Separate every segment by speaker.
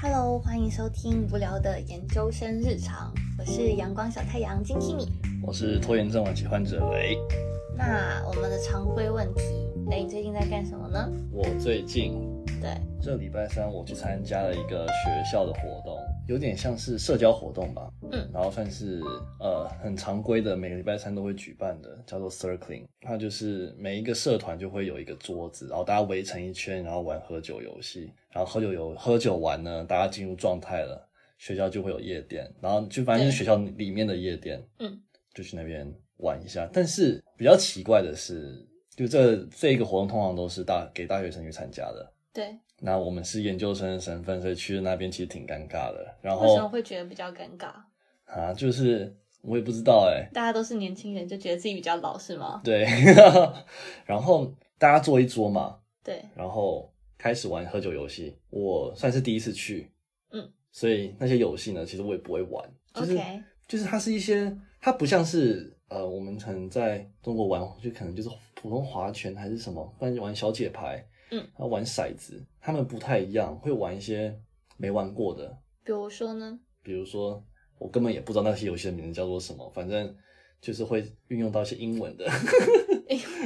Speaker 1: Hello，欢迎收听无聊的研究生日常，我是阳光小太阳金 Kimi。
Speaker 2: 我是拖延症晚期患者雷。
Speaker 1: 那我们的常规问题，雷，你最近在干什么呢？
Speaker 2: 我最近
Speaker 1: 对，
Speaker 2: 这礼拜三我去参加了一个学校的活动，有点像是社交活动吧，
Speaker 1: 嗯，
Speaker 2: 然后算是呃很常规的，每个礼拜三都会举办的，叫做 circling。它就是每一个社团就会有一个桌子，然后大家围成一圈，然后玩喝酒游戏，然后喝酒游喝酒完呢，大家进入状态了，学校就会有夜店，然后就反正就是学校里面的夜店，
Speaker 1: 嗯，
Speaker 2: 就去那边玩一下。但是比较奇怪的是，就这这一个活动通常都是大给大学生去参加的。
Speaker 1: 对，
Speaker 2: 那我们是研究生的身份，所以去那边其实挺尴尬的。然
Speaker 1: 为什么
Speaker 2: 后
Speaker 1: 会觉得比较尴尬？
Speaker 2: 啊，就是我也不知道哎、
Speaker 1: 大家都是年轻人，就觉得自己比较老是吗？
Speaker 2: 对， 然后大家坐一桌嘛，
Speaker 1: 对，
Speaker 2: 然后开始玩喝酒游戏。我算是第一次去，
Speaker 1: 嗯，
Speaker 2: 所以那些游戏呢，其实我也不会玩，就是
Speaker 1: OK
Speaker 2: 就是它是一些，它不像是呃，我们可能在中国玩，就可能就是普通划拳还是什么，不然就玩小姐牌，
Speaker 1: 嗯，
Speaker 2: 然后玩骰子，他们不太一样，会玩一些没玩过的，
Speaker 1: 比如说呢，
Speaker 2: 比如说我根本也不知道那些游戏的名字叫做什么，反正就是会运用到一些英 文的，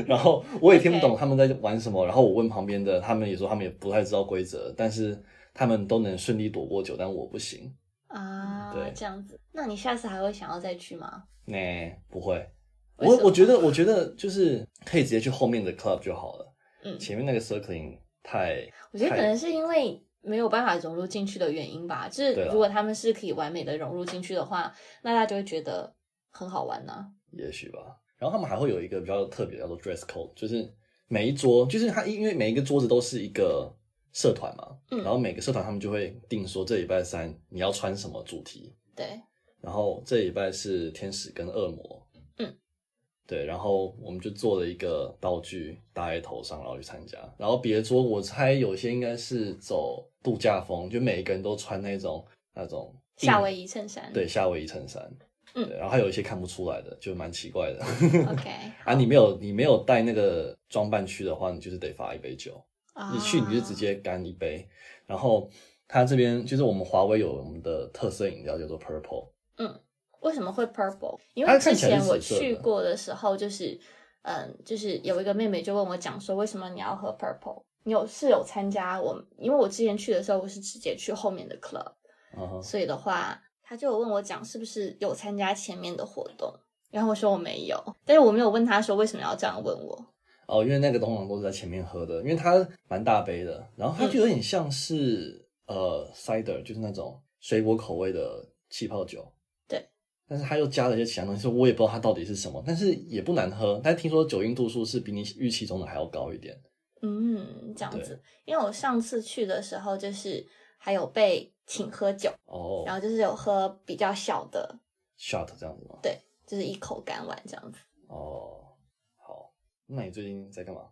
Speaker 2: 然后我也听不懂
Speaker 1: OK
Speaker 2: 他们在玩什么，然后我问旁边的，他们也说他们也不太知道规则，但是他们都能顺利躲过酒，但我不行，
Speaker 1: 啊，
Speaker 2: 对
Speaker 1: 这样子，那你下次还会想要再去吗？
Speaker 2: 那、不会。
Speaker 1: 为什
Speaker 2: 我
Speaker 1: 么
Speaker 2: 我觉得，我觉得就是可以直接去后面的 club 就好了，
Speaker 1: 嗯，
Speaker 2: 前面那个 circling 太
Speaker 1: 我觉得可
Speaker 2: 太
Speaker 1: 能是因为没有办法融入进去的原因吧。就是
Speaker 2: 对啦
Speaker 1: 如果他们是可以完美的融入进去的话，那大家就会觉得很好玩呢、
Speaker 2: 也许吧。然后他们还会有一个比较特别的叫做 dress code，就是每一桌，就是他因为每一个桌子都是一个社团嘛，
Speaker 1: 嗯
Speaker 2: 然后每个社团他们就会定说这礼拜三你要穿什么主题，
Speaker 1: 对，
Speaker 2: 然后这礼拜是天使跟恶魔，
Speaker 1: 嗯，
Speaker 2: 对，然后我们就做了一个道具搭在头上，然后去参加。然后别桌我猜有些应该是走度假风，就每一个人都穿那种那种
Speaker 1: 夏威夷衬衫。
Speaker 2: 对夏威夷衬衫，
Speaker 1: 嗯
Speaker 2: 对，然后还有一些看不出来的，就蛮奇怪 的。
Speaker 1: ，OK
Speaker 2: 啊，你没有你没有带那个装扮去的话，你就是得罚一杯酒。
Speaker 1: 啊。
Speaker 2: 你去你就直接干一杯。然后他这边就是我们华为有我们的特色饮料叫做 Purple，
Speaker 1: 为什么会 purple？因
Speaker 2: 它
Speaker 1: 为之
Speaker 2: 看起来
Speaker 1: 前
Speaker 2: 是
Speaker 1: 我
Speaker 2: 紫色的
Speaker 1: 去过的时候，就是嗯，就是有一个妹妹就问我讲说，为什么你要喝 purple？你有是有参加我？因为我之前去的时候，我是直接去后面的 club，
Speaker 2: 嗯哼，
Speaker 1: 所以的话，他就有问我讲是不是有参加前面的活动，然后我说我没有，但是我没有问他说为什么要这样问我。
Speaker 2: 哦，因为那个通常都是在前面喝的，因为它蛮大杯的，然后它就有点像是、呃 cider，就是那种水果口味的气泡酒。
Speaker 1: 对，
Speaker 2: 但是它又加了一些其他东西，所以我也不知道它到底是什么，但是也不难喝。但听说酒精度数是比你预期中的还要高一点。
Speaker 1: 嗯，这样
Speaker 2: 对
Speaker 1: 子，因为我上次去的时候就是还有被请喝酒，
Speaker 2: 哦
Speaker 1: 然后就是有喝比较小的，
Speaker 2: ，shot 这样子吗？
Speaker 1: 就是一口干完这样子。
Speaker 2: 哦，好，那你最近在干嘛？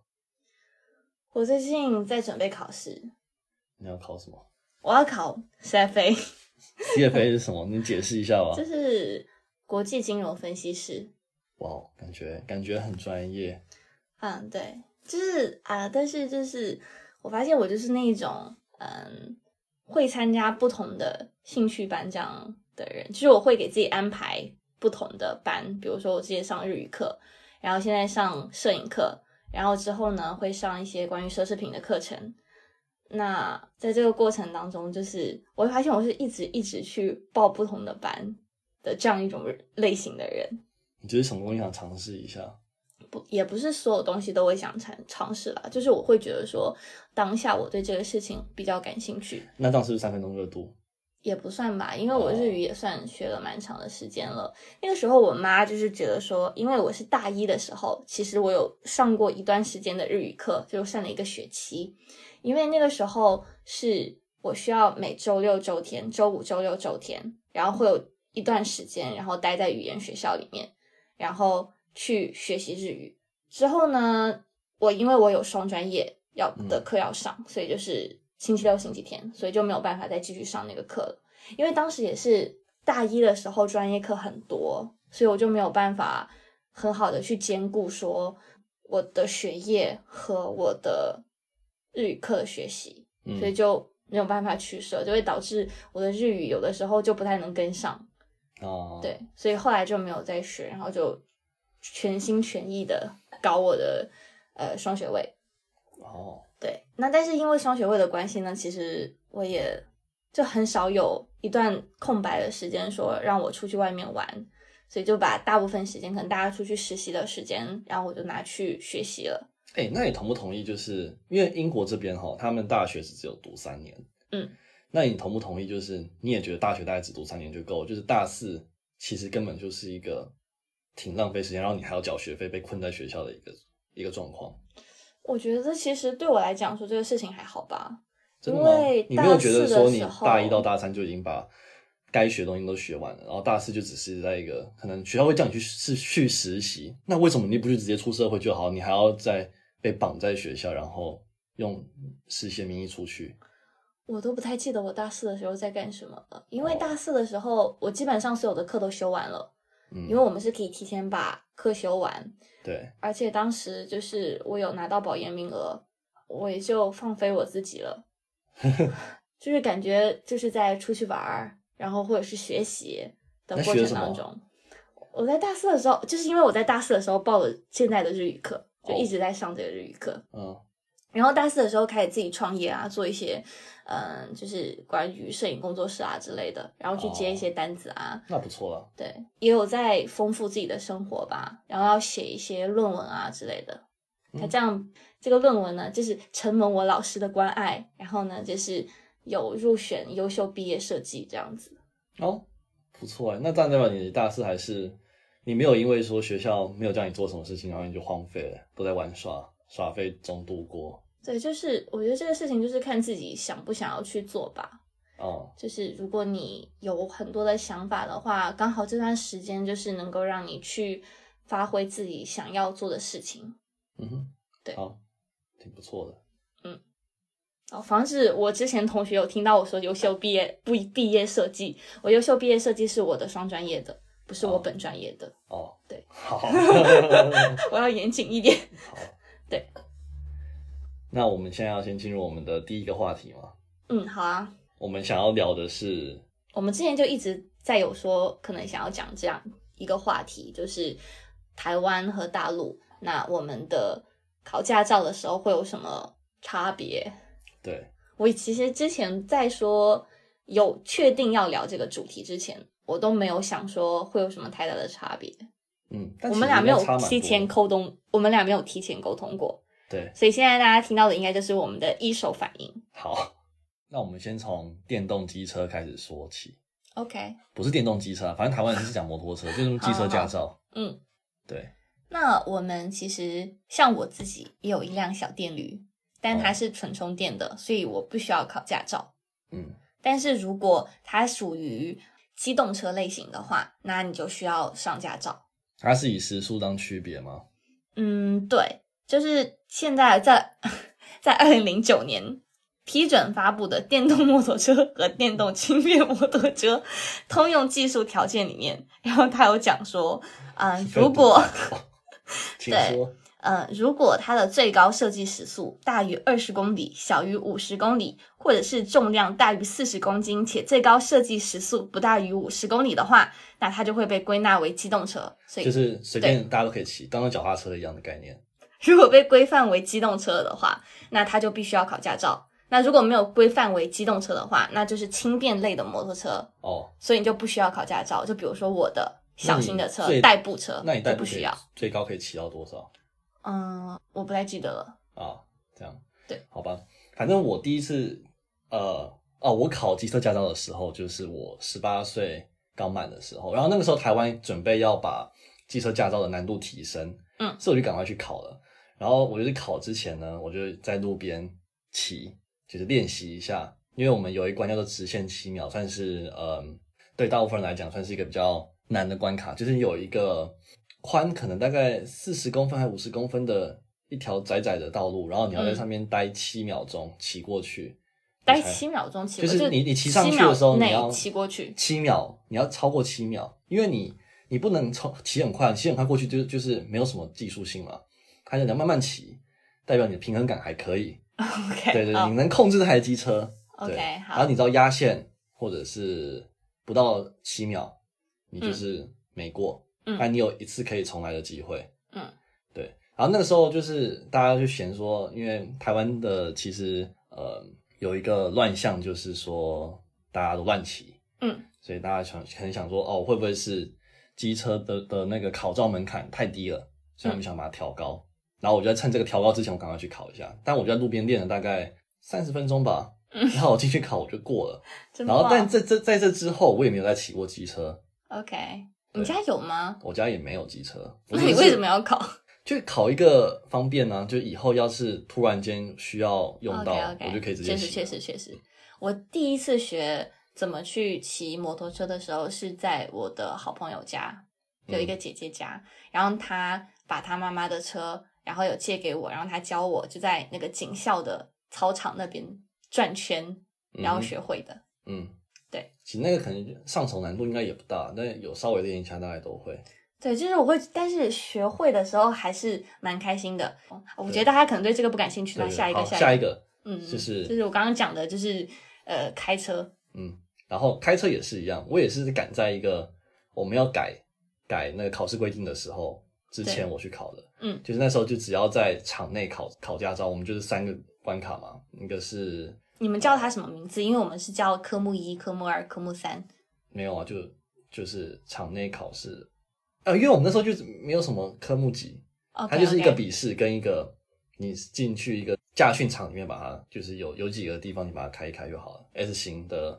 Speaker 1: 我最近在准备考试，
Speaker 2: 你要考什么
Speaker 1: 我要考 CFA，
Speaker 2: ？CFA 是什么？ 你解释一下吧
Speaker 1: 就。是国际金融分析师。
Speaker 2: 哇，哦感觉感觉很专业。
Speaker 1: 嗯，对，就是啊、但是就是我发现我就是那一种嗯，会参加不同的兴趣班这样的人，就是我会给自己安排不同的班，比如说我之前上日语课，然后现在上摄影课，然后之后呢会上一些关于奢侈品的课程。那在这个过程当中，就是我会发现我是一直一直去报不同的班的这样一种人类型的人。
Speaker 2: 你就是什么东西想尝试一下？
Speaker 1: 不也不是所有东西都会想尝尝试啦，就是我会觉得说当下我对这个事情比较感兴趣，
Speaker 2: 那这样是不是三分钟热度？
Speaker 1: 也不算吧，因为我日语也算学了蛮长的时间了。那个时候我妈就是觉得说，因为我是大一的时候，其实我有上过一段时间的日语课，就上了一个学期，因为那个时候是我需要每周六、周天、周五、周六、周天，然后会有一段时间，然后待在语言学校里面，然后去学习日语。之后呢，我因为我有双专业要的课要上，所以就是星期六、星期天，所以就没有办法再继续上那个课了。因为当时也是大一的时候，专业课很多，所以我就没有办法很好的去兼顾说我的学业和我的日语课的学习，
Speaker 2: 嗯
Speaker 1: 所以就没有办法取舍，就会导致我的日语有的时候就不太能跟上。
Speaker 2: 啊，
Speaker 1: 对，所以后来就没有再学，然后就全心全意的搞我的呃双学位。
Speaker 2: 哦，
Speaker 1: 对，那但是因为双学位的关系呢，其实我也就很少有一段空白的时间说让我出去外面玩，所以就把大部分时间，可能大家出去实习的时间，然后我就拿去学习了。
Speaker 2: 哎、那你同不同意？就是因为英国这边哈，他们大学是只有读三年，
Speaker 1: 嗯，
Speaker 2: 那你同不同意？就是你也觉得大学大概只读三年就够了，就是大四其实根本就是一个挺浪费时间，然后你还要缴学费，被困在学校的一个一个状况，
Speaker 1: 我觉得其实对我来讲说这个事情还好吧，
Speaker 2: 真的吗
Speaker 1: 因为？
Speaker 2: 你没有
Speaker 1: 大
Speaker 2: 觉
Speaker 1: 四
Speaker 2: 得
Speaker 1: 的
Speaker 2: 说你
Speaker 1: 时候
Speaker 2: 大一到大三就已经把该学的东西都学完了，然后大四就只是在一个可能学校会叫你去是去实习，那为什么你不去直接出社会就好？你还要再被绑在学校，然后用实习的名义出去？
Speaker 1: 我都不太记得我大四的时候在干什么了，因为大四的时候我基本上所有的课都修完了，
Speaker 2: 嗯，
Speaker 1: 因为我们是可以提前把课修完，
Speaker 2: 对，
Speaker 1: 而且当时就是我有拿到保研名额，我也就放飞我自己 了，就是感觉就是在出去玩儿，然后或者是学习的
Speaker 2: 那
Speaker 1: 过
Speaker 2: 学
Speaker 1: 程
Speaker 2: 什么
Speaker 1: 当中，我在大四的时候，就是因为我在大四的时候报了现在的日语课，就
Speaker 2: 哦
Speaker 1: 一直在上这个日语课，
Speaker 2: 嗯，
Speaker 1: 然后大四的时候开始自己创业啊，做一些嗯，就是关于摄影工作室啊之类的，然后去
Speaker 2: 哦
Speaker 1: 接一些单子啊，
Speaker 2: 那不错了。
Speaker 1: 对，也有在丰富自己的生活吧，然后要写一些论文啊之类的。那这样，这个论文呢，就是承蒙我老师的关爱，然后呢，就是有入选优秀毕业设计这样子。
Speaker 2: 哦，不错哎，那这样代表你大四还是你没有因为说学校没有叫你做什么事情，然后你就荒废了，都在玩耍耍废中度过。
Speaker 1: 对，就是我觉得这个事情就是看自己想不想要去做吧。
Speaker 2: 哦，
Speaker 1: 就是如果你有很多的想法的话，刚好这段时间就是能够让你去发挥自己想要做的事情，
Speaker 2: 嗯哼，
Speaker 1: 对
Speaker 2: 好，挺不错的。
Speaker 1: 哦，防止我之前同学有听到我说优秀毕业不毕业设计，我优秀毕业设计是我的双专业的，不是我本专业的，
Speaker 2: 哦，
Speaker 1: 对，
Speaker 2: 好，
Speaker 1: 我要严谨一点。
Speaker 2: 那我们现在要先进入我们的第一个话题嘛？
Speaker 1: 嗯，好啊，
Speaker 2: 我们想要聊的是，
Speaker 1: 我们之前就一直在有说可能想要讲这样一个话题，就是台湾和大陆，那我们的考驾照的时候会有什么差别？
Speaker 2: 对，
Speaker 1: 我其实之前在说有确定要聊这个主题之前，我都没有想说会有什么太大的差别。
Speaker 2: 嗯，但
Speaker 1: 我
Speaker 2: 其
Speaker 1: 们
Speaker 2: 实
Speaker 1: 俩
Speaker 2: 应
Speaker 1: 没
Speaker 2: 该
Speaker 1: 有
Speaker 2: 差蛮
Speaker 1: 提
Speaker 2: 多
Speaker 1: 前
Speaker 2: 的
Speaker 1: 沟通，我们俩没有提前沟通过，
Speaker 2: 对，
Speaker 1: 所以现在大家听到的应该就是我们的一手反应。
Speaker 2: 好，那我们先从电动机车开始说起，
Speaker 1: OK，
Speaker 2: 不是电动机车啊，反正台湾人是讲摩托车，就是机车驾 照。
Speaker 1: 嗯，
Speaker 2: 对，
Speaker 1: 那我们其实像我自己也有一辆小电驴，但它
Speaker 2: 哦
Speaker 1: 是纯充电的，所以我不需要考驾照。
Speaker 2: 嗯，
Speaker 1: 但是如果它属于机动车类型的话，那你就需要上驾照。
Speaker 2: 它是以时速当区别吗？
Speaker 1: 嗯，对，就是现在在在二零零九年批准发布的《电动摩托车和电动轻便摩托车通用技术条件》里面，然后他有讲说，啊、如果
Speaker 2: 请
Speaker 1: 对
Speaker 2: 说，
Speaker 1: 呃，如果它的最高设计时速大于二十公里，小于五十公里，或者是重量大于四十公斤，且最高设计时速不大于五十公里的话，那它就会被归纳为机动车。所以
Speaker 2: 就是随便大家都可以骑，当做脚踏车一样的概念。
Speaker 1: 如果被规范为机动车的话，那它就必须要考驾照。那如果没有规范为机动车的话，那就是轻便类的摩托车，
Speaker 2: 哦，
Speaker 1: 所以你就不需要考驾照。就比如说我的小型的
Speaker 2: 那
Speaker 1: 车
Speaker 2: 你最
Speaker 1: 代步车，
Speaker 2: 那你代
Speaker 1: 就
Speaker 2: 步啊
Speaker 1: 不
Speaker 2: 可以
Speaker 1: 需要。
Speaker 2: 最高可以骑到多少
Speaker 1: 嗯，我不太记得了。
Speaker 2: 啊？这样
Speaker 1: 对，
Speaker 2: 好吧。反正我第一次，呃，哦，我考机车驾照的时候，就是我十八岁刚满的时候，然后那个时候台湾准备要把机车驾照的难度提升，
Speaker 1: 嗯
Speaker 2: 所以我就赶快去考了。然后我就是考之前呢，我就在路边骑，就是练习一下，因为我们有一关叫做直线七秒，算是嗯，对大部分人来讲算是一个比较难的关卡，就是有一个宽可能大概四十公分还五十公分的一条窄窄的道路，然后你要在上面待七秒钟骑过
Speaker 1: 嗯
Speaker 2: 去，
Speaker 1: 待
Speaker 2: 你才
Speaker 1: 七秒钟骑
Speaker 2: 就
Speaker 1: 过，
Speaker 2: 是你你骑上
Speaker 1: 七
Speaker 2: 去的时候，
Speaker 1: 秒
Speaker 2: 你
Speaker 1: 内
Speaker 2: 要
Speaker 1: 骑过去。
Speaker 2: 七秒，你要超过七秒，因为你你不能超骑很快，骑很快过去就就是没有什么技术性嘛。还有你要慢慢骑，代表你的平衡感还可以，
Speaker 1: OK，
Speaker 2: 对对，
Speaker 1: 哦
Speaker 2: 你能控制这台机车，对
Speaker 1: OK，
Speaker 2: 然后
Speaker 1: 好
Speaker 2: 你，知道压线或者是不到七秒，你就是没过，
Speaker 1: 嗯
Speaker 2: 但你有一次可以重来的机会，
Speaker 1: 嗯，
Speaker 2: 对。然后那个时候就是大家就嫌说，因为台湾的其实呃有一个乱象，就是说大家都乱骑，
Speaker 1: 嗯，
Speaker 2: 所以大家想很想说，哦，会不会是机车的的那个考照门槛太低了，所以他们想把它调高。
Speaker 1: 嗯
Speaker 2: 然后我就在趁这个调高之前，我赶快去考一下。但我就在路边练了大概三十分钟吧，然后我进去考我就过了。
Speaker 1: 真
Speaker 2: 然后，但
Speaker 1: 棒
Speaker 2: 这这在这之后，我也没有再骑过机车，
Speaker 1: OK，
Speaker 2: 对
Speaker 1: 你家有吗？
Speaker 2: 我家也没有机车。我
Speaker 1: 那
Speaker 2: 真的
Speaker 1: 你
Speaker 2: 是
Speaker 1: 为什么要考
Speaker 2: 就考一个方便呢、就以后要是突然间需要用到
Speaker 1: o k o k
Speaker 2: 我就可以直
Speaker 1: 确
Speaker 2: 接骑
Speaker 1: 实，
Speaker 2: 了。
Speaker 1: 确实，确实。我第一次学怎么去骑摩托车的时候，是在我的好朋友家，有一个
Speaker 2: 嗯
Speaker 1: 姐姐家，然后她把她妈妈的车，然后有借给我，然后她教我就在那个警校的操场那边转圈，
Speaker 2: 嗯
Speaker 1: 然后学会的。
Speaker 2: 嗯，
Speaker 1: 对。
Speaker 2: 其实那个可能上手难度应该也不大，但有稍微练一下，大概都会。
Speaker 1: 对，就是我会，但是学会的时候还是蛮开心的。我觉得大家可能对这个不感兴趣，
Speaker 2: 对
Speaker 1: 那
Speaker 2: 对
Speaker 1: 下一个，
Speaker 2: 好
Speaker 1: 下一
Speaker 2: 下一个，
Speaker 1: 嗯，
Speaker 2: 就是
Speaker 1: 就是我刚刚讲的，就是呃，开车，
Speaker 2: 嗯，然后开车也是一样，我也是赶在一个我们要改改那个考试规定的时候之前
Speaker 1: 对
Speaker 2: 我去考的，
Speaker 1: 嗯
Speaker 2: 就是那时候就只要在场内考考驾照，我们就是三个关卡嘛，一个是
Speaker 1: 你们叫它什么名字？因为我们是叫科目一、科目二、科目三。
Speaker 2: 没有啊，就就是场内考试，啊，因为我们那时候就是没有什么科目级，
Speaker 1: OK，
Speaker 2: 它就是一个
Speaker 1: 哦 OK
Speaker 2: 笔试跟一个你进去一个驾训场里面把它，就是有有几个地方你把它开一开就好了，S 型的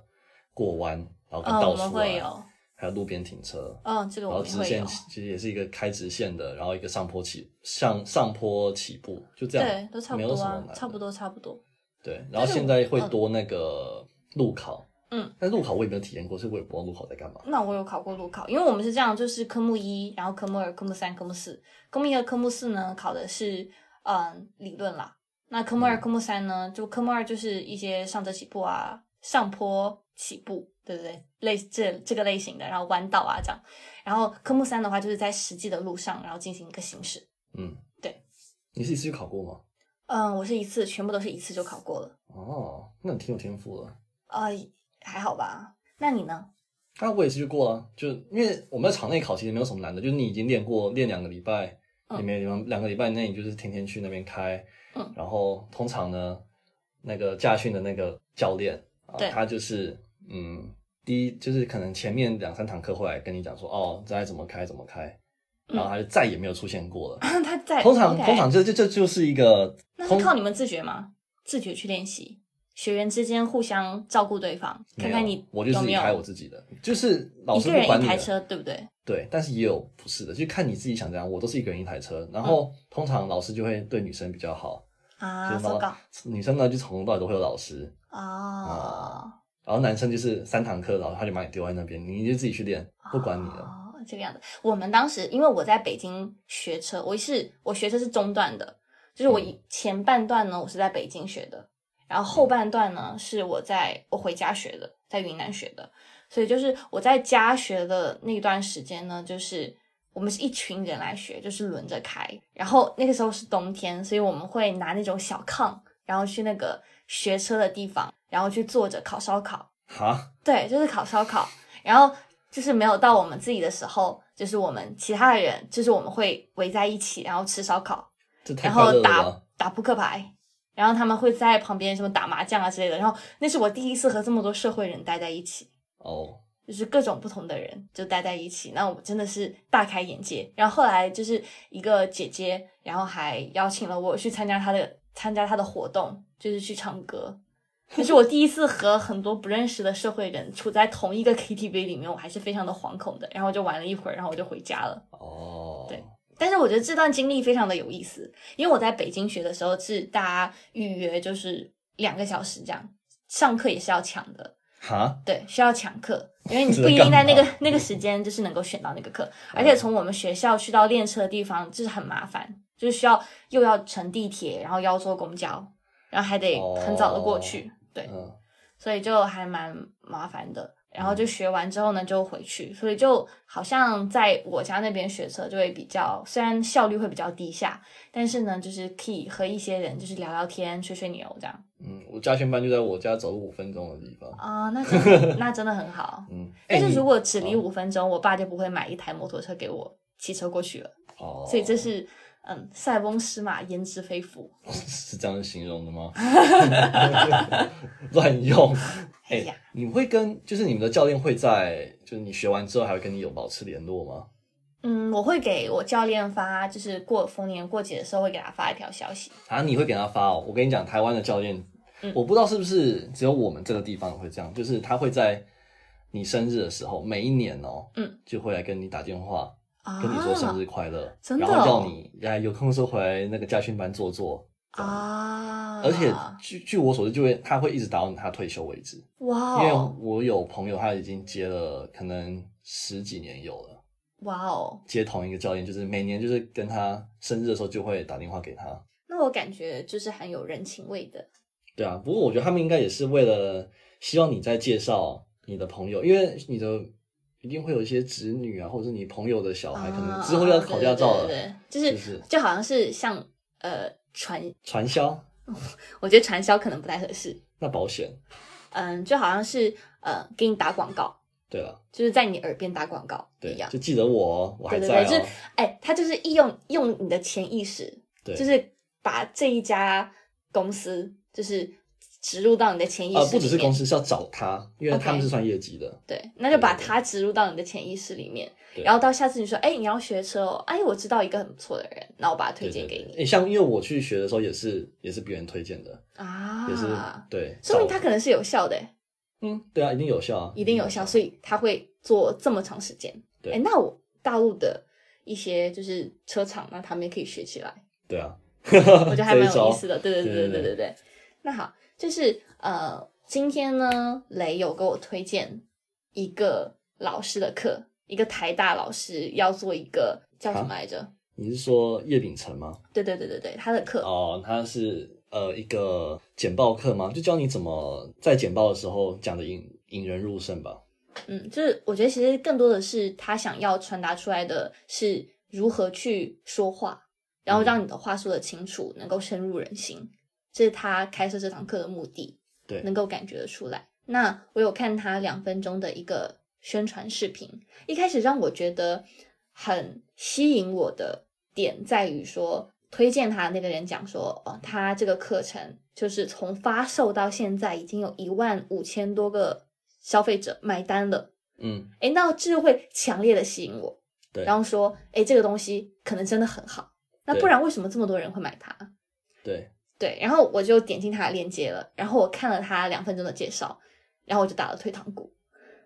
Speaker 2: 过弯，然后跟
Speaker 1: 嗯，
Speaker 2: 倒
Speaker 1: 我
Speaker 2: 出来，
Speaker 1: 们会有，
Speaker 2: 还有路边停车，
Speaker 1: 嗯，这个
Speaker 2: 然
Speaker 1: 我
Speaker 2: 后
Speaker 1: 们
Speaker 2: 啊直
Speaker 1: 会
Speaker 2: 线
Speaker 1: 有，
Speaker 2: 其实也是一个开直线的，然后一个上坡起上上坡起步，就这样，
Speaker 1: 对，都差不
Speaker 2: 没有
Speaker 1: 多
Speaker 2: 什么
Speaker 1: 啊
Speaker 2: 难，的
Speaker 1: 差不。多，差不多。
Speaker 2: 对，然
Speaker 1: 但
Speaker 2: 后
Speaker 1: 是
Speaker 2: 现
Speaker 1: 我
Speaker 2: 在会多那个路考，
Speaker 1: 嗯，
Speaker 2: 但路考我也没有体验过，所以我也不知道路考在干嘛。
Speaker 1: 那我有考过路考，因为我们是这样，就是科目一，然后科目二、科目三、科目四。科目一和科目四呢，考的是嗯理论啦。那科目二、
Speaker 2: 嗯
Speaker 1: 科目三呢，就科目二就是一些上车起步啊、上坡起步，对不对？类这这个类型的，然后弯道啊这样。然后科目三的话，就是在实际的路上，然后进行一个行驶。
Speaker 2: 嗯，
Speaker 1: 对。
Speaker 2: 你是一次去考过吗？
Speaker 1: 嗯，我是一次，全部都是一次就考过了。
Speaker 2: 哦，那你挺有天赋的。
Speaker 1: 呃，还好吧？那你呢？
Speaker 2: 那我也是去过啊，就因为我们在场内考其实没有什么难的，就是你已经练过练两个礼拜，
Speaker 1: 嗯
Speaker 2: 你没两两个礼拜内你就是天天去那边开，
Speaker 1: 嗯
Speaker 2: 然后通常呢，那个驾训的那个教练啊
Speaker 1: 对，
Speaker 2: 他就是嗯，第一就是可能前面两三堂课会来跟你讲说哦，该怎么开怎么开，
Speaker 1: 嗯
Speaker 2: 然后他就再也没有出现过了。
Speaker 1: 他在
Speaker 2: 通常
Speaker 1: OK
Speaker 2: 通常这这这就是一个
Speaker 1: 那
Speaker 2: 通
Speaker 1: 是靠你们自觉吗？自觉去练习，学员之间互相照顾对方，
Speaker 2: 没
Speaker 1: 看
Speaker 2: 有
Speaker 1: 看你
Speaker 2: 我就
Speaker 1: 有
Speaker 2: 自己
Speaker 1: 没
Speaker 2: 开
Speaker 1: 有
Speaker 2: 我自己的，就是老
Speaker 1: 一
Speaker 2: 师
Speaker 1: 个
Speaker 2: 不
Speaker 1: 人
Speaker 2: 管
Speaker 1: 一
Speaker 2: 你
Speaker 1: 台
Speaker 2: 了。
Speaker 1: 车，对不对？
Speaker 2: 对，但是也有不是的，就看你自己想怎样。我都是一个人一台车，然后通常老师就会对女生比较好，
Speaker 1: 嗯啊，
Speaker 2: 就是
Speaker 1: 搜
Speaker 2: 老
Speaker 1: 稿
Speaker 2: 女生呢就从头到尾都会有老师，啊
Speaker 1: 哦，
Speaker 2: 然后男生就是三堂课，然后他就把你丢在那边，你就自己去练，不管你了。
Speaker 1: 哦，这个样子。我们当时因为我在北京学车，我是我学车是中段的，就是
Speaker 2: 嗯
Speaker 1: 我一前半段呢我是在北京学的，然后后半段呢是我在我回家学的，在云南学的。所以就是我在家学的那段时间呢，就是我们是一群人来学，就是轮着开。然后那个时候是冬天，所以我们会拿那种小炕，然后去那个学车的地方，然后去坐着烤烧烤。
Speaker 2: 哈，
Speaker 1: 对，就是烤烧烤，然后就是没有到我们自己的时候，就是我们其他的人，就是我们会围在一起，然后吃烧烤，
Speaker 2: 这太
Speaker 1: 然
Speaker 2: 快乐
Speaker 1: 后
Speaker 2: 了
Speaker 1: 打
Speaker 2: 吧？
Speaker 1: 打扑克牌，然后他们会在旁边什么打麻将啊之类的。然后那是我第一次和这么多社会人待在一起，
Speaker 2: 哦，
Speaker 1: 就是各种不同的人就待在一起，那我真的是大开眼界。然后后来就是一个姐姐，然后还邀请了我去参加她的参加她的活动，就是去唱歌。这是我第一次和很多不认识的社会人处在同一个 KTV 里面，我还是非常的惶恐的。然后就玩了一会儿，然后我就回家了。
Speaker 2: 哦，
Speaker 1: 对但是我觉得这段经历非常的有意思，因为我在北京学的时候是大家预约就是两个小时这样，上课也是要抢的，
Speaker 2: 哈，
Speaker 1: 对，需要抢课，因为你
Speaker 2: 这
Speaker 1: 不一
Speaker 2: 干
Speaker 1: 定在那个
Speaker 2: 嘛嗯
Speaker 1: 那个时间就是能够选到那个课，而且从我们学校去到练车的地方就是很麻烦，就是需要又要乘地铁，然后又要坐公交，然后还得很早的过去，对，
Speaker 2: 嗯，
Speaker 1: 所以就还蛮麻烦的。然后就学完之后呢，就回去，所以就好像在我家那边学车就会比较，虽然效率会比较低下，但是呢，就是可以和一些人就是聊聊天、吹吹牛这样。
Speaker 2: 嗯，我家训班就在我家走路五分钟的地方。
Speaker 1: 啊、那真 的那真的很好。
Speaker 2: 嗯，
Speaker 1: 但
Speaker 2: 哎
Speaker 1: 是
Speaker 2: 你
Speaker 1: 如果只离五分钟，我爸就不会买一台摩托车给我骑车过去了。
Speaker 2: 哦，
Speaker 1: 所以这是嗯，塞翁失马焉知非福。
Speaker 2: 是这样形容的吗？ 乱用。
Speaker 1: 哎
Speaker 2: 哎、
Speaker 1: 呀，
Speaker 2: 你会跟就是你们的教练会在就是你学完之后还会跟你有保持联络吗？
Speaker 1: 嗯，我会给我教练发，就是过逢年过节的时候会给他发一条消息。
Speaker 2: 啊，你会给他发哦。我跟你讲，台湾的教练，
Speaker 1: 嗯
Speaker 2: 我不知道是不是只有我们这个地方会这样，就是他会在你生日的时候，每一年哦，
Speaker 1: 嗯，
Speaker 2: 就会来跟你打电话，
Speaker 1: 啊，
Speaker 2: 跟你说生日快乐，
Speaker 1: 真的
Speaker 2: 然
Speaker 1: 哦
Speaker 2: 后叫你哎有空的时候回来那个家训班坐坐。
Speaker 1: 啊！
Speaker 2: 而且据据我所知，就会他会一直打到他退休为止，
Speaker 1: 哇
Speaker 2: 因为
Speaker 1: 哦，
Speaker 2: 我有朋友他已经接了可能十几年有了。
Speaker 1: 哇哦，
Speaker 2: 接同一个教练，就是每年就是跟他生日的时候就会打电话给他。
Speaker 1: 那我感觉就是很有人情味的。
Speaker 2: 对啊，不过我觉得他们应该也是为了希望你在介绍你的朋友，因为你的一定会有一些子女啊，或者是你朋友的小孩，可能之后要考驾照
Speaker 1: 啊
Speaker 2: 了，
Speaker 1: 对对对对，就是
Speaker 2: 是
Speaker 1: 就好像是像呃传，
Speaker 2: 传销
Speaker 1: 我觉得传销可能不太合适。
Speaker 2: 那保险。
Speaker 1: 嗯，就好像是呃给你打广告，
Speaker 2: 对了，
Speaker 1: 就是在你耳边打广告
Speaker 2: 对
Speaker 1: 一，样。
Speaker 2: 就记得我、哦，我还
Speaker 1: 对对
Speaker 2: 在
Speaker 1: 对，
Speaker 2: 哦。
Speaker 1: 就是哎，他就是利用用你的潜意识，
Speaker 2: 对
Speaker 1: 就是把这一家公司就是植入到你的潜意识、
Speaker 2: 啊、不只是公，司是要找他，因为
Speaker 1: OK
Speaker 2: 他们是算业绩的。
Speaker 1: 对，那就把
Speaker 2: 对对对
Speaker 1: 它植入到你的潜意识里面。
Speaker 2: 对
Speaker 1: 然后到下次你说，哎，你要学车哦，哎，我知道一个很不错的人，那我把他推
Speaker 2: 对
Speaker 1: 荐
Speaker 2: 对
Speaker 1: 给
Speaker 2: 对，
Speaker 1: 你
Speaker 2: 诶像因为我去学的时候也是也是别人推荐的，
Speaker 1: 啊
Speaker 2: 也是对，
Speaker 1: 说明
Speaker 2: 找
Speaker 1: 他可能是有效的，
Speaker 2: 嗯，对啊，一定有效啊，
Speaker 1: 一定有效，所以他会做这么长时间。
Speaker 2: 对
Speaker 1: 哎，那我大陆的一些就是车厂，那他们也可以学起来。
Speaker 2: 对啊，
Speaker 1: 我
Speaker 2: 我
Speaker 1: 觉得 还蛮有意思的。对对对
Speaker 2: 对
Speaker 1: 对对
Speaker 2: 对
Speaker 1: 对对。那好，就是呃，今天呢，雷有给我推荐一个老师的课，一个台大老师要做一个叫什么来着？
Speaker 2: 你是说叶秉成吗？
Speaker 1: 对对对对对，他的课。
Speaker 2: 哦，他是呃一个简报课吗？就教你怎么在简报的时候讲的引引人入胜吧。
Speaker 1: 嗯，就是我觉得其实更多的是他想要传达出来的是如何去说话，然后让你的话说的清楚，能够深入人心，这是他开设这堂课的目的，
Speaker 2: 对
Speaker 1: 能够感觉得出来。那我有看他两分钟的一个宣传视频，一开始让我觉得很吸引我的点在于说，推荐他那个人讲说，哦，他这个课程就是从发售到现在已经有一万五千多个消费者买单了，
Speaker 2: 嗯，
Speaker 1: 诶，那这就会强烈的吸引我，
Speaker 2: 对
Speaker 1: 然后说，诶，这个东西可能真的很好，那不
Speaker 2: 对
Speaker 1: 然为什么这么多人会买它？
Speaker 2: 对，
Speaker 1: 对，然后我就点进他的链接了，然后我看了他两分钟的介绍，然后我就打了退堂鼓。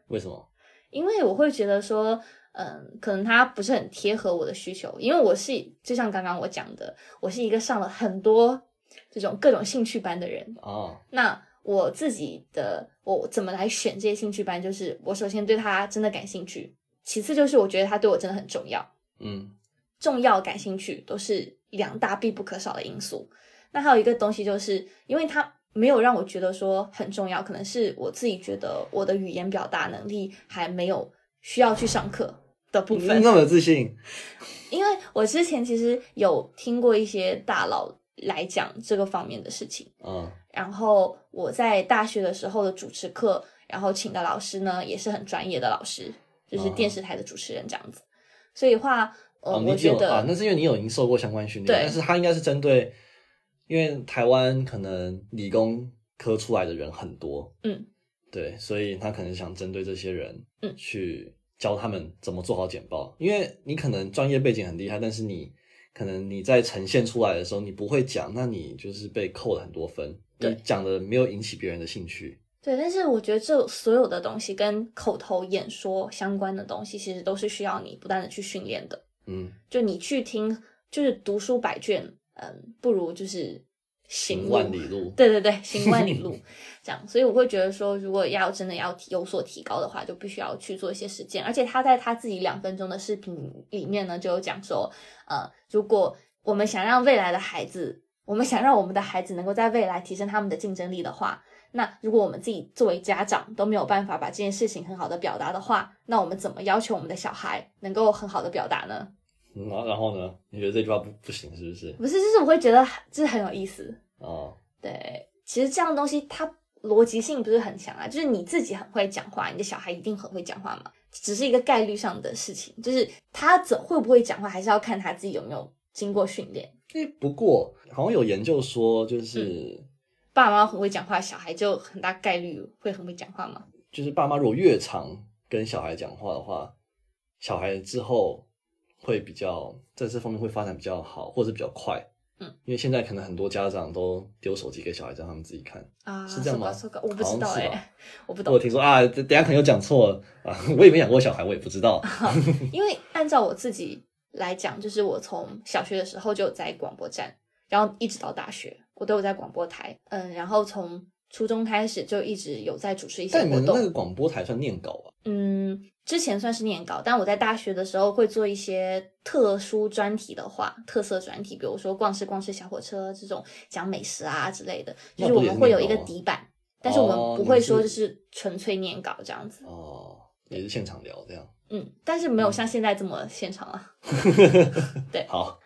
Speaker 2: 为什么？
Speaker 1: 因为我会觉得说，嗯，可能它不是很贴合我的需求，因为我是就像刚刚我讲的，我是一个上了很多这种各种兴趣班的人。
Speaker 2: 哦，
Speaker 1: 那我自己的我怎么来选这些兴趣班，就是我首先对它真的感兴趣，其次就是我觉得它对我真的很重要，
Speaker 2: 嗯，
Speaker 1: 重要感兴趣都是两大必不可少的因素。那还有一个东西，就是因为它没有让我觉得说很重要，可能是我自己觉得我的语言表达能力还没有需要去上课的部
Speaker 2: 那
Speaker 1: 分。
Speaker 2: 那么有自信，
Speaker 1: 因为我之前其实有听过一些大佬来讲这个方面的事情，
Speaker 2: 嗯，
Speaker 1: 然后我在大学的时候的主持课，然后请的老师呢也是很专业的老师，就是
Speaker 2: 啊
Speaker 1: 电视台的主持人这样子。所以话，呃，我
Speaker 2: 哦，你只
Speaker 1: 觉
Speaker 2: 有
Speaker 1: 得
Speaker 2: 啊，那是因为你有已经受过相关训练，
Speaker 1: 对
Speaker 2: 但是他应该是针对，因为台湾可能理工科出来的人很多，
Speaker 1: 嗯，
Speaker 2: 对，所以他可能想针对这些人，
Speaker 1: 嗯
Speaker 2: 去教他们怎么做好简报，因为你可能专业背景很厉害，但是你可能你在呈现出来的时候你不会讲，那你就是被扣了很多分，
Speaker 1: 对
Speaker 2: 你讲的没有引起别人的兴趣，
Speaker 1: 对，但是我觉得这所有的东西跟口头演说相关的东西，其实都是需要你不断的去训练的。
Speaker 2: 嗯，
Speaker 1: 就你去听，就是读书百卷，嗯，不如就是行
Speaker 2: 行
Speaker 1: 路
Speaker 2: 万里路，
Speaker 1: 对对对，行万里路 这样。所以我会觉得说，如果要真的要提有所提高的话，就必须要去做一些实践。而且他在他自己两分钟的视频里面呢，就有讲说，呃，如果我们想让未来的孩子，我们想让我们的孩子能够在未来提升他们的竞争力的话。那如果我们自己作为家长都没有办法把这件事情很好的表达的话，那我们怎么要求我们的小孩能够很好的表达呢？
Speaker 2: 然后然后呢，你觉得这句话不不行是不是？
Speaker 1: 不是，就是我会觉得很这很有意思。
Speaker 2: 哦，
Speaker 1: 对，其实这样的东西它逻辑性不是很强啊，就是你自己很会讲话，你的小孩一定很会讲话嘛，只是一个概率上的事情，就是他怎会不会讲话，还是要看他自己有没有经过训练。
Speaker 2: 诶哎不过好像有研究说，就是、
Speaker 1: 爸妈很会讲话，小孩就很大概率会很会讲话嘛。
Speaker 2: 就是爸妈如果越常跟小孩讲话的话，小孩之后会比较在这方面会发展比较好，或者是比较快。
Speaker 1: 嗯，
Speaker 2: 因为现在可能很多家长都丢手机给小孩，让他们自己看。
Speaker 1: 啊，
Speaker 2: 是这样吗
Speaker 1: 搜狗搜狗我不知道
Speaker 2: 好像
Speaker 1: 哎、
Speaker 2: 是吧
Speaker 1: 我不懂，
Speaker 2: 我听说啊，等等一下可能又讲错了啊， 我也没养过小孩，我也不知道。
Speaker 1: 因为按照我自己来讲，就是我从小学的时候就有在广播站，然后一直到大学，我都有在广播台，嗯，然后从初中开始就一直有在主持一些
Speaker 2: 但你
Speaker 1: 活
Speaker 2: 们那
Speaker 1: 动，
Speaker 2: 个广播台算念稿啊？
Speaker 1: 嗯，之前算是念稿，但我在大学的时候会做一些特殊专题的话，特色专题，比如说逛吃逛吃小火车这种讲美食啊之类的，就
Speaker 2: 那
Speaker 1: 是
Speaker 2: 不
Speaker 1: 我
Speaker 2: 也
Speaker 1: 们
Speaker 2: 是
Speaker 1: 会
Speaker 2: 哦
Speaker 1: 有
Speaker 2: 念
Speaker 1: 一
Speaker 2: 稿
Speaker 1: 个
Speaker 2: 吗
Speaker 1: 底板，但是我们
Speaker 2: 哦
Speaker 1: 不
Speaker 2: 你
Speaker 1: 会
Speaker 2: 们
Speaker 1: 说
Speaker 2: 是
Speaker 1: 就是纯粹念稿这样子。
Speaker 2: 哦，也是现场聊这样。
Speaker 1: 嗯，但是没有像现在这么现场了。对
Speaker 2: 好，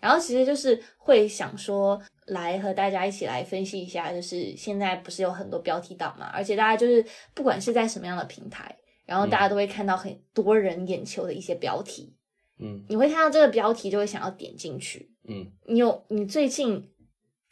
Speaker 1: 然后其实就是会想说，来和大家一起来分析一下，就是现在不是有很多标题党嘛，而且大家就是不管是在什么样的平台，然后大家都会看到很多人眼球的一些标题，
Speaker 2: 嗯
Speaker 1: 你会看到这个标题就会想要点进去。
Speaker 2: 嗯，
Speaker 1: 你有你最近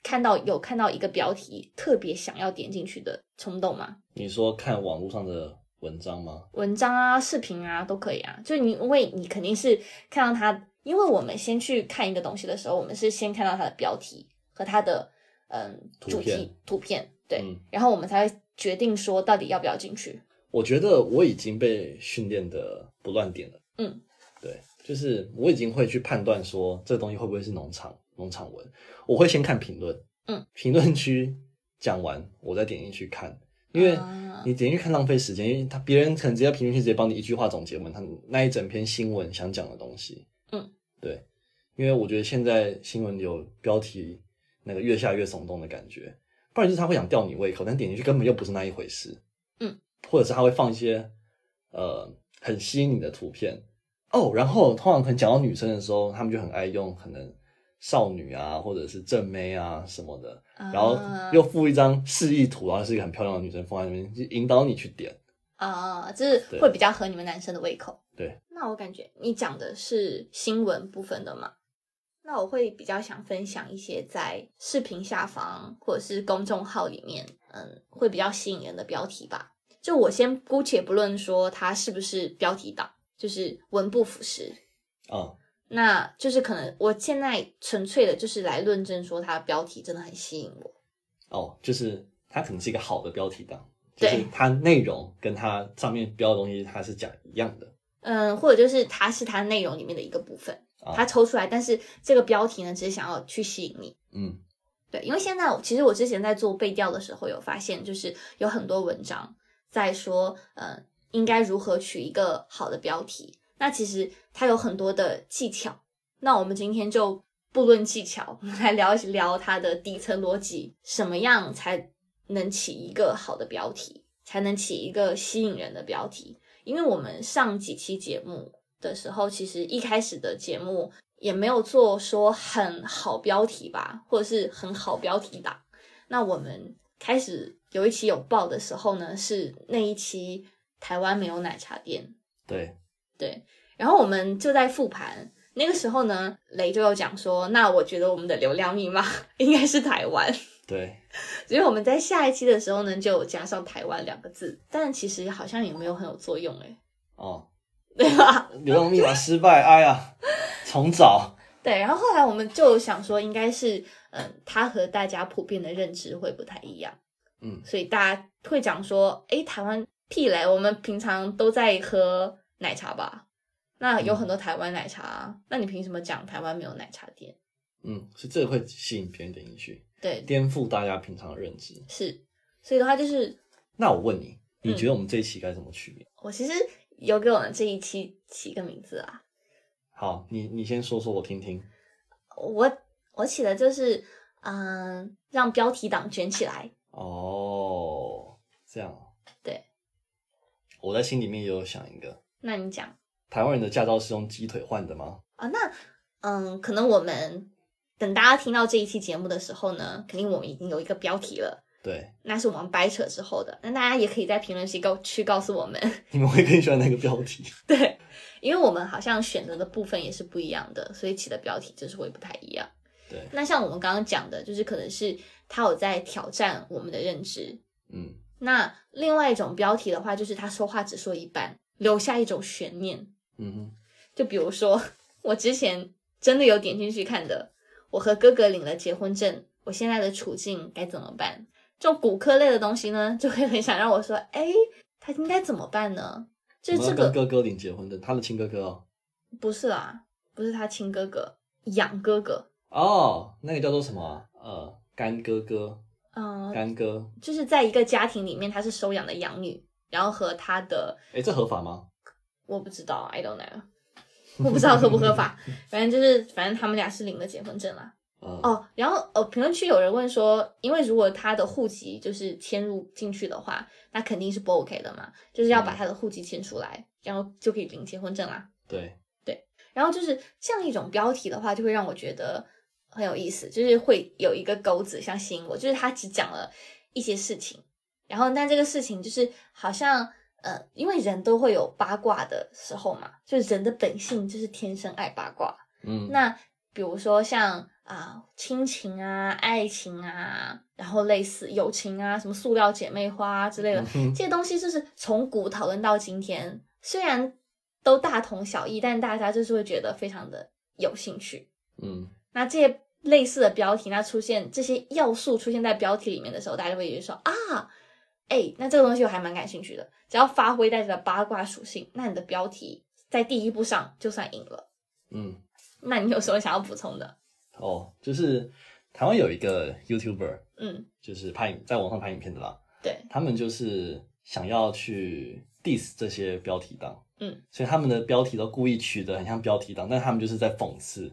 Speaker 1: 看到有看到一个标题特别想要点进去的冲动吗？
Speaker 2: 你说看网络上的文章吗？
Speaker 1: 文章啊、视频啊都可以啊。就你，因为你肯定是看到它，因为我们先去看一个东西的时候，我们是先看到它的标题和它的嗯
Speaker 2: 图
Speaker 1: 主
Speaker 2: 片
Speaker 1: 题图片，对，
Speaker 2: 嗯
Speaker 1: 然后我们才会决定说到底要不要进去。
Speaker 2: 我觉得我已经被训练的不乱点了。
Speaker 1: 嗯，
Speaker 2: 对，就是我已经会去判断说这东西会不会是农场农场文，我会先看评论。
Speaker 1: 嗯，
Speaker 2: 评论区讲完，我再点进去看，因为
Speaker 1: 啊
Speaker 2: 你点进去看浪费时间，因为他别人可能直接评论区直接帮你一句话总结完他那一整篇新闻想讲的东西。
Speaker 1: 嗯，
Speaker 2: 对，因为我觉得现在新闻有标题那个越下越耸动的感觉，不然就是他会想吊你胃口，但点进去根本就不是那一回事。或者是他会放一些呃很吸引你的图片哦。然后通常可能讲到女生的时候，他们就很爱用可能少女啊，或者是正妹啊什么的，然后
Speaker 1: 啊嗯
Speaker 2: 又附一张示意图，然后是一个很漂亮的女生放在那边，就引导你去点。
Speaker 1: 啊，就是
Speaker 2: 对
Speaker 1: 会比较合你们男生的胃口。
Speaker 2: 对，
Speaker 1: 那我感觉你讲的是新闻部分的嘛？那我会比较想分享一些在视频下方或者是公众号里面，嗯，会比较吸引人的标题吧。就我先姑且不论说它是不是标题党，就是文不符实，
Speaker 2: 啊、
Speaker 1: 那就是可能我现在纯粹的就是来论证说它的标题真的很吸引我。
Speaker 2: 哦，就是它可能是一个好的标题党。就是
Speaker 1: 对
Speaker 2: 它内容跟它上面标的东西，它是讲一样的。
Speaker 1: 嗯，或者就是它是它内容里面的一个部分，
Speaker 2: 啊
Speaker 1: 它抽出来，但是这个标题呢，只是想要去吸引你。
Speaker 2: 嗯
Speaker 1: 对，因为现在我其实我之前在做背调的时候，有发现就是有很多文章在说，呃，应该如何取一个好的标题。那其实它有很多的技巧。那我们今天就不论技巧，我们来聊一聊它的底层逻辑，什么样才能起一个好的标题，才能起一个吸引人的标题。因为我们上几期节目的时候，其实一开始的节目也没有做说很好标题吧，或者是很好标题党。那我们开始有一期有报的时候呢，是那一期台湾没有奶茶店，
Speaker 2: 对，
Speaker 1: 然后我们就在复盘。那个时候呢，雷就有讲说，那我觉得我们的流量密码 应该是台湾，
Speaker 2: 对，
Speaker 1: 所以我们在下一期的时候呢，就有加上台湾两个字，但其实好像也没有很有作用诶、
Speaker 2: 哦，
Speaker 1: 对吧？
Speaker 2: 流浪密码失败，哎呀， 重找。
Speaker 1: 对，然后后来我们就想说，应该是嗯，他和大家普遍的认知会不太一样，
Speaker 2: 嗯
Speaker 1: 所以大家会讲说，诶，台湾屁嘞，我们平常都在喝奶茶吧？那有很多台湾奶茶啊、那你凭什么讲台湾没有奶茶店？
Speaker 2: 嗯，所以这个会吸引别人点进去，
Speaker 1: 对，
Speaker 2: 颠覆大家平常的认知。
Speaker 1: 是，所以的话就是
Speaker 2: 那我问你，
Speaker 1: 嗯
Speaker 2: 你觉得我们这一期该怎么取名？
Speaker 1: 我其实有给我们这一期起个名字啊，
Speaker 2: 好，你你先说说，我听听。
Speaker 1: 我我起的就是嗯，让标题党卷起来，
Speaker 2: 哦，这样哦。
Speaker 1: 对，
Speaker 2: 我在心里面也有想一个，
Speaker 1: 那你讲。
Speaker 2: 台湾人的驾照是用鸡腿换的吗？
Speaker 1: 啊，那嗯，可能我们等大家听到这一期节目的时候呢，肯定我们已经有一个标题了。
Speaker 2: 对，
Speaker 1: 那是我们掰扯之后的。那大家也可以在评论区告区告诉我们，
Speaker 2: 你们会更喜欢哪个标题？
Speaker 1: 对，因为我们好像选择的部分也是不一样的，所以起的标题就是会不太一样。
Speaker 2: 对，
Speaker 1: 那像我们刚刚讲的，就是可能是他有在挑战我们的认知。
Speaker 2: 嗯，
Speaker 1: 那另外一种标题的话，就是他说话只说一半，留下一种悬念。
Speaker 2: 嗯哼，
Speaker 1: 就比如说，我之前真的有点进去看的，我和哥哥领了结婚证，我现在的处境该怎么办？这种骨科类的东西呢，就会很想让我说，哎，他应该怎么办呢？就是
Speaker 2: 我们
Speaker 1: 这
Speaker 2: 要
Speaker 1: 个
Speaker 2: 跟哥哥领结婚的，他的亲哥哥哦，
Speaker 1: 不是啦，不是他亲哥哥，养哥哥，
Speaker 2: 哦，那个叫做什么啊？呃，干哥哥，
Speaker 1: 嗯、
Speaker 2: 干哥，
Speaker 1: 就是在一个家庭里面，他是收养的养女，然后和他的
Speaker 2: 哎，这合法吗？
Speaker 1: 我不知道，I don't know，我不知道合不合法， 反正就是反正他们俩是领了结婚证啦。
Speaker 2: 嗯，
Speaker 1: 哦，然后呃，评论区有人问说，因为如果他的户籍就是迁入进去的话，那肯定是不 OK 的嘛，就是要把他的户籍迁出来，然后就可以领结婚证啦。
Speaker 2: 对，
Speaker 1: 然后就是这样一种标题的话，就会让我觉得很有意思，就是会有一个钩子像吸引我，就是他只讲了一些事情，然后但这个事情就是好像呃，因为人都会有八卦的时候嘛，就是人的本性就是天生爱八卦，
Speaker 2: 嗯，
Speaker 1: 那比如说像啊亲情啊、爱情啊，然后类似友情啊、什么塑料姐妹花、啊、之类的
Speaker 2: 嗯，哼
Speaker 1: 这些东西就是从古讨论到今天，虽然都大同小异，但大家就是会觉得非常的有兴趣。
Speaker 2: 嗯，
Speaker 1: 那这些类似的标题，那出现这些要素出现在标题里面的时候，大家就会觉得说啊。哎，那这个东西我还蛮感兴趣的。只要发挥带着八卦属性，那你的标题在第一步上就算赢了。
Speaker 2: 嗯。
Speaker 1: 那你有什么想要补充的？
Speaker 2: 哦，就是台湾有一个 YouTuber，
Speaker 1: 嗯，
Speaker 2: 就是拍影在网上拍影片的啦，
Speaker 1: 对，
Speaker 2: 他们就是想要去 diss 这些标题党，
Speaker 1: 嗯，
Speaker 2: 所以他们的标题都故意取得很像标题党，但他们就是在讽刺，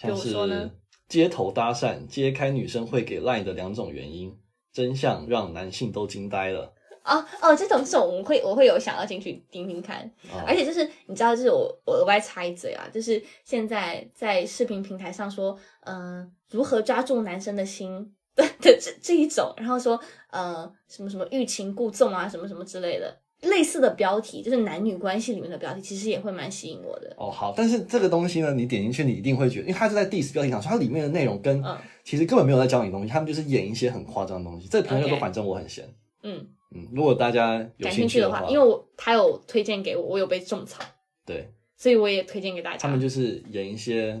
Speaker 2: 像
Speaker 1: 比如
Speaker 2: 是
Speaker 1: 说呢
Speaker 2: 街头搭讪揭开女生会给 line 的两种原因，真相让男性都惊呆了，
Speaker 1: 哦哦，这种这种我会我会有想要进去听听看，
Speaker 2: 啊、
Speaker 1: 而且就是你知道，就是我我额外插一嘴啊，就是现在在视频平台上说，嗯、如何抓住男生的心 的这这一种，然后说，呃，什么什么欲擒故纵啊，什么什么之类的，类似的标题，就是男女关系里面的标题，其实也会蛮吸引我的。
Speaker 2: 哦，好，但是这个东西呢，你点进去，你一定会觉得，因为它是在 diss 标题党，所以它里面的内容跟、
Speaker 1: 嗯
Speaker 2: 其实根本没有在教你东西，他们就是演一些很夸张的东西。这个评论叫做
Speaker 1: OK
Speaker 2: 反正我很闲”。
Speaker 1: 嗯，
Speaker 2: 嗯，如果大家有
Speaker 1: 感
Speaker 2: 兴
Speaker 1: 兴趣
Speaker 2: 的
Speaker 1: 的话，因为我他有推荐给我，我有被种草，
Speaker 2: 对
Speaker 1: 所以我也推荐给大家。
Speaker 2: 他们就是演一些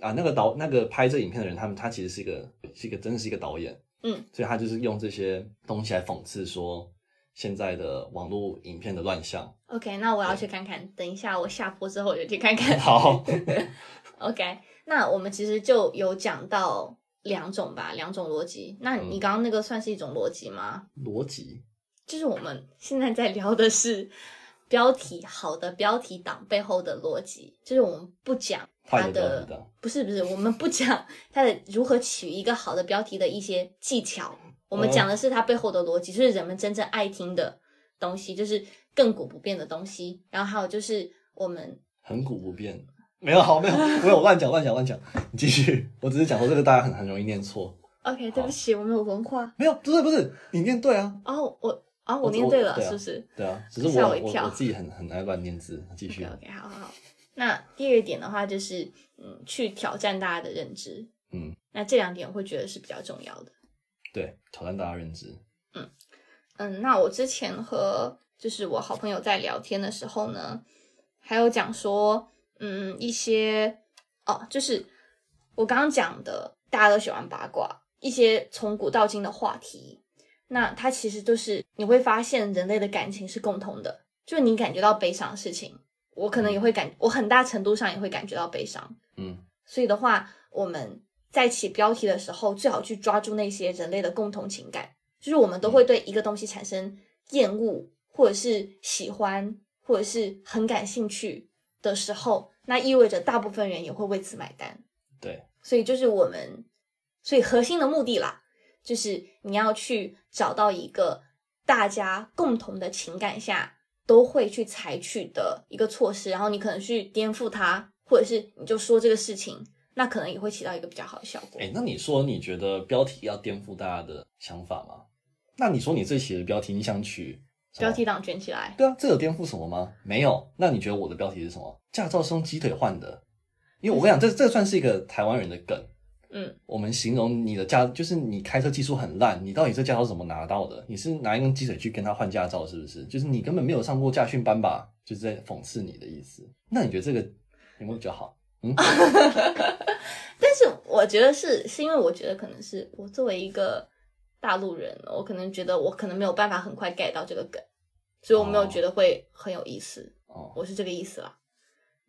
Speaker 2: 啊，那个导那个拍这影片的人，他们他其实是一个是一个真的是一个导演，
Speaker 1: 嗯，
Speaker 2: 所以他就是用这些东西来讽刺说现在的网络影片的 乱象。
Speaker 1: OK，那我要去看看。等一下我下播之后我就去看看。
Speaker 2: 好，
Speaker 1: OK，那我们其实就有讲到两种吧，两种逻辑。那你
Speaker 2: 嗯
Speaker 1: 刚刚那个算是一种逻辑吗？
Speaker 2: 逻辑
Speaker 1: 就是我们现在在聊的是 标题好的标题党背后的逻辑，就是我们不讲它
Speaker 2: 坏的标题党
Speaker 1: 不是不是，我们不讲它的如何取一个好的标题的一些技巧，我们
Speaker 2: 哦
Speaker 1: 讲的是它背后的逻辑，就是人们真正爱听的东西，就是亘古不变的东西。然后还有就是我们
Speaker 2: 恒古不变。没 有好没有，我有乱讲乱讲乱讲，你继续。我只是讲说这个大家很很容易念错，
Speaker 1: OK，对不起，我没有文化。
Speaker 2: 没有不是不是，你念对啊，
Speaker 1: 哦，我哦，
Speaker 2: 我
Speaker 1: 我念对
Speaker 2: 我
Speaker 1: 了，
Speaker 2: 对啊
Speaker 1: 是不是
Speaker 2: 对啊，只是
Speaker 1: 吓
Speaker 2: 我
Speaker 1: 我一
Speaker 2: 我
Speaker 1: 跳
Speaker 2: 我自己很很爱乱念字，继续
Speaker 1: ？OK，OK，、OK，OK，好好好。那第二点的话，就是嗯，去挑战大家的认知。
Speaker 2: 嗯，
Speaker 1: 那这两点我会觉得是比较重要的。
Speaker 2: 对，挑战大家认知，
Speaker 1: 嗯，那我之前和就是我好朋友在聊天的时候呢，还有讲说，嗯，一些哦，就是我刚刚讲的，大家都喜欢八卦，一些从古到今的话题。那它其实就是你会发现人类的感情是共同的，就是你感觉到悲伤的事情，我可能也会感，我很大程度上也会感觉到悲伤。
Speaker 2: 嗯
Speaker 1: 所以的话，我们在起标题的时候，最好去抓住那些人类的共同情感，就是我们都
Speaker 2: 嗯
Speaker 1: 会对一个东西产生厌恶，或者是喜欢，或者是很感兴趣的时候，那意味着大部分人也会为此买单。
Speaker 2: 对，
Speaker 1: 所以就是我们，所以核心的目的啦，就是你要去找到一个大家共同的情感下都会去采取的一个措施，然后你可能去颠覆它，或者是你就说这个事情，那可能也会起到一个比较好的效果。
Speaker 2: 哎，那你说你觉得标题要颠覆大家的想法吗？那你说你这期的标题你想取什么
Speaker 1: 标题党卷起来，
Speaker 2: 对啊，这有颠覆什么吗？没有。那你觉得我的标题是什么？驾照是用鸡腿换的？因为我跟你讲，这这算是一个台湾人的梗。
Speaker 1: 嗯，
Speaker 2: 我们形容你的驾，就是你开车技术很烂，你到底这驾照怎么拿到的？你是拿一根鸡腿去跟他换驾照，是不是？就是你根本没有上过驾训班吧？就是在讽刺你的意思。那你觉得这个有没有比较好？嗯，
Speaker 1: 但是我觉得是是因为我觉得可能是我作为一个大陆人，我可能觉得我可能没有办法很快 get 到这个梗，所以我没有
Speaker 2: 哦
Speaker 1: 觉得会很有意思，
Speaker 2: 哦，
Speaker 1: 我是这个意思啦。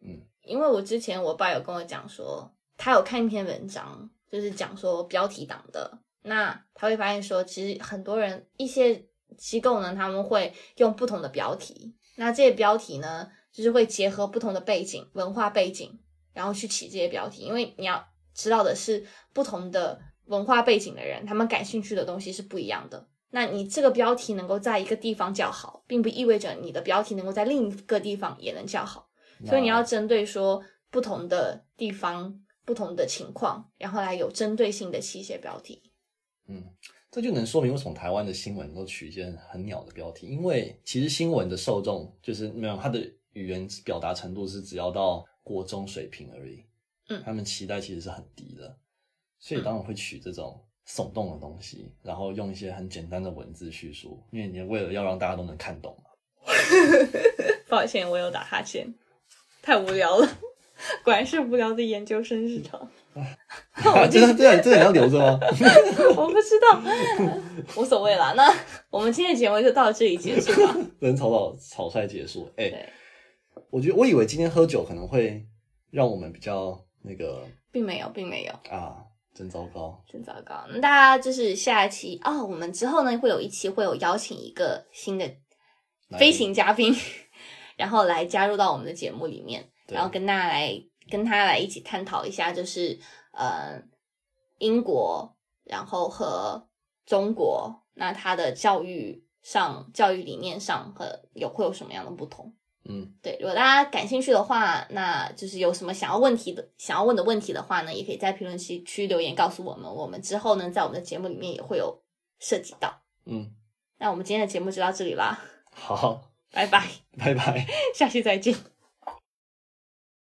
Speaker 2: 嗯，
Speaker 1: 因为我之前我爸有跟我讲说，他有看一篇文章，就是讲说标题党的，那他会发现说，其实很多人一些机构呢，他们会用不同的标题，那这些标题呢，就是会结合不同的背景、文化背景，然后去起这些标题，因为你要知道的是，不同的文化背景的人，他们感兴趣的东西是不一样的。那你这个标题能够在一个地方叫好，并不意味着你的标题能够在另一个地方也能叫好。
Speaker 2: 哦
Speaker 1: 所以你要针对说不同的地方、不同的情况，然后来有针对性的起一些标题。
Speaker 2: 嗯，这就能说明为什么台湾的新闻都取一些很鸟的标题，因为其实新闻的受众就是没有它的语言表达程度是只要到国中水平而已，
Speaker 1: 嗯
Speaker 2: 他们期待其实是很低的，所以
Speaker 1: 嗯
Speaker 2: 当然会取这种耸动的东西，然后用一些很简单的文字叙述，因为你为了要让大家都能看懂 嘛。
Speaker 1: 抱歉，我有打哈欠，太无聊了。果然是无聊的研究生日常，
Speaker 2: 真 的，啊这这你要留着哦吗？
Speaker 1: 我不知道，无所谓啦。那我们今天的节目就到这里结束吧。
Speaker 2: 人草草草率结束。哎、
Speaker 1: 对，
Speaker 2: 我觉得我以为今天喝酒可能会让我们比较那个
Speaker 1: 并没有，并没有，
Speaker 2: 啊，真糟糕。
Speaker 1: 真哦糟糕。那大家就是下一期哦，我们之后呢会有一期会有邀请一个新的
Speaker 2: 来
Speaker 1: 飞
Speaker 2: 宾
Speaker 1: 行嘉宾， 然后来加入到我们的节目里面。
Speaker 2: 对
Speaker 1: 然后跟大家来跟他来一起探讨一下，就是呃英国，然后和中国，那它的教育上、教育理念上和有会有什么样的不同？
Speaker 2: 嗯，
Speaker 1: 对，如果大家感兴趣的话，那就是有什么想要问题的、想要问的问题的话呢，也可以在评论区区留言告诉我们。我们之后呢，在我们的节目里面也会有涉及到。
Speaker 2: 嗯，
Speaker 1: 那我们今天的节目就到这里啦，
Speaker 2: 好，
Speaker 1: 拜拜，
Speaker 2: 拜拜。
Speaker 1: 下期再见。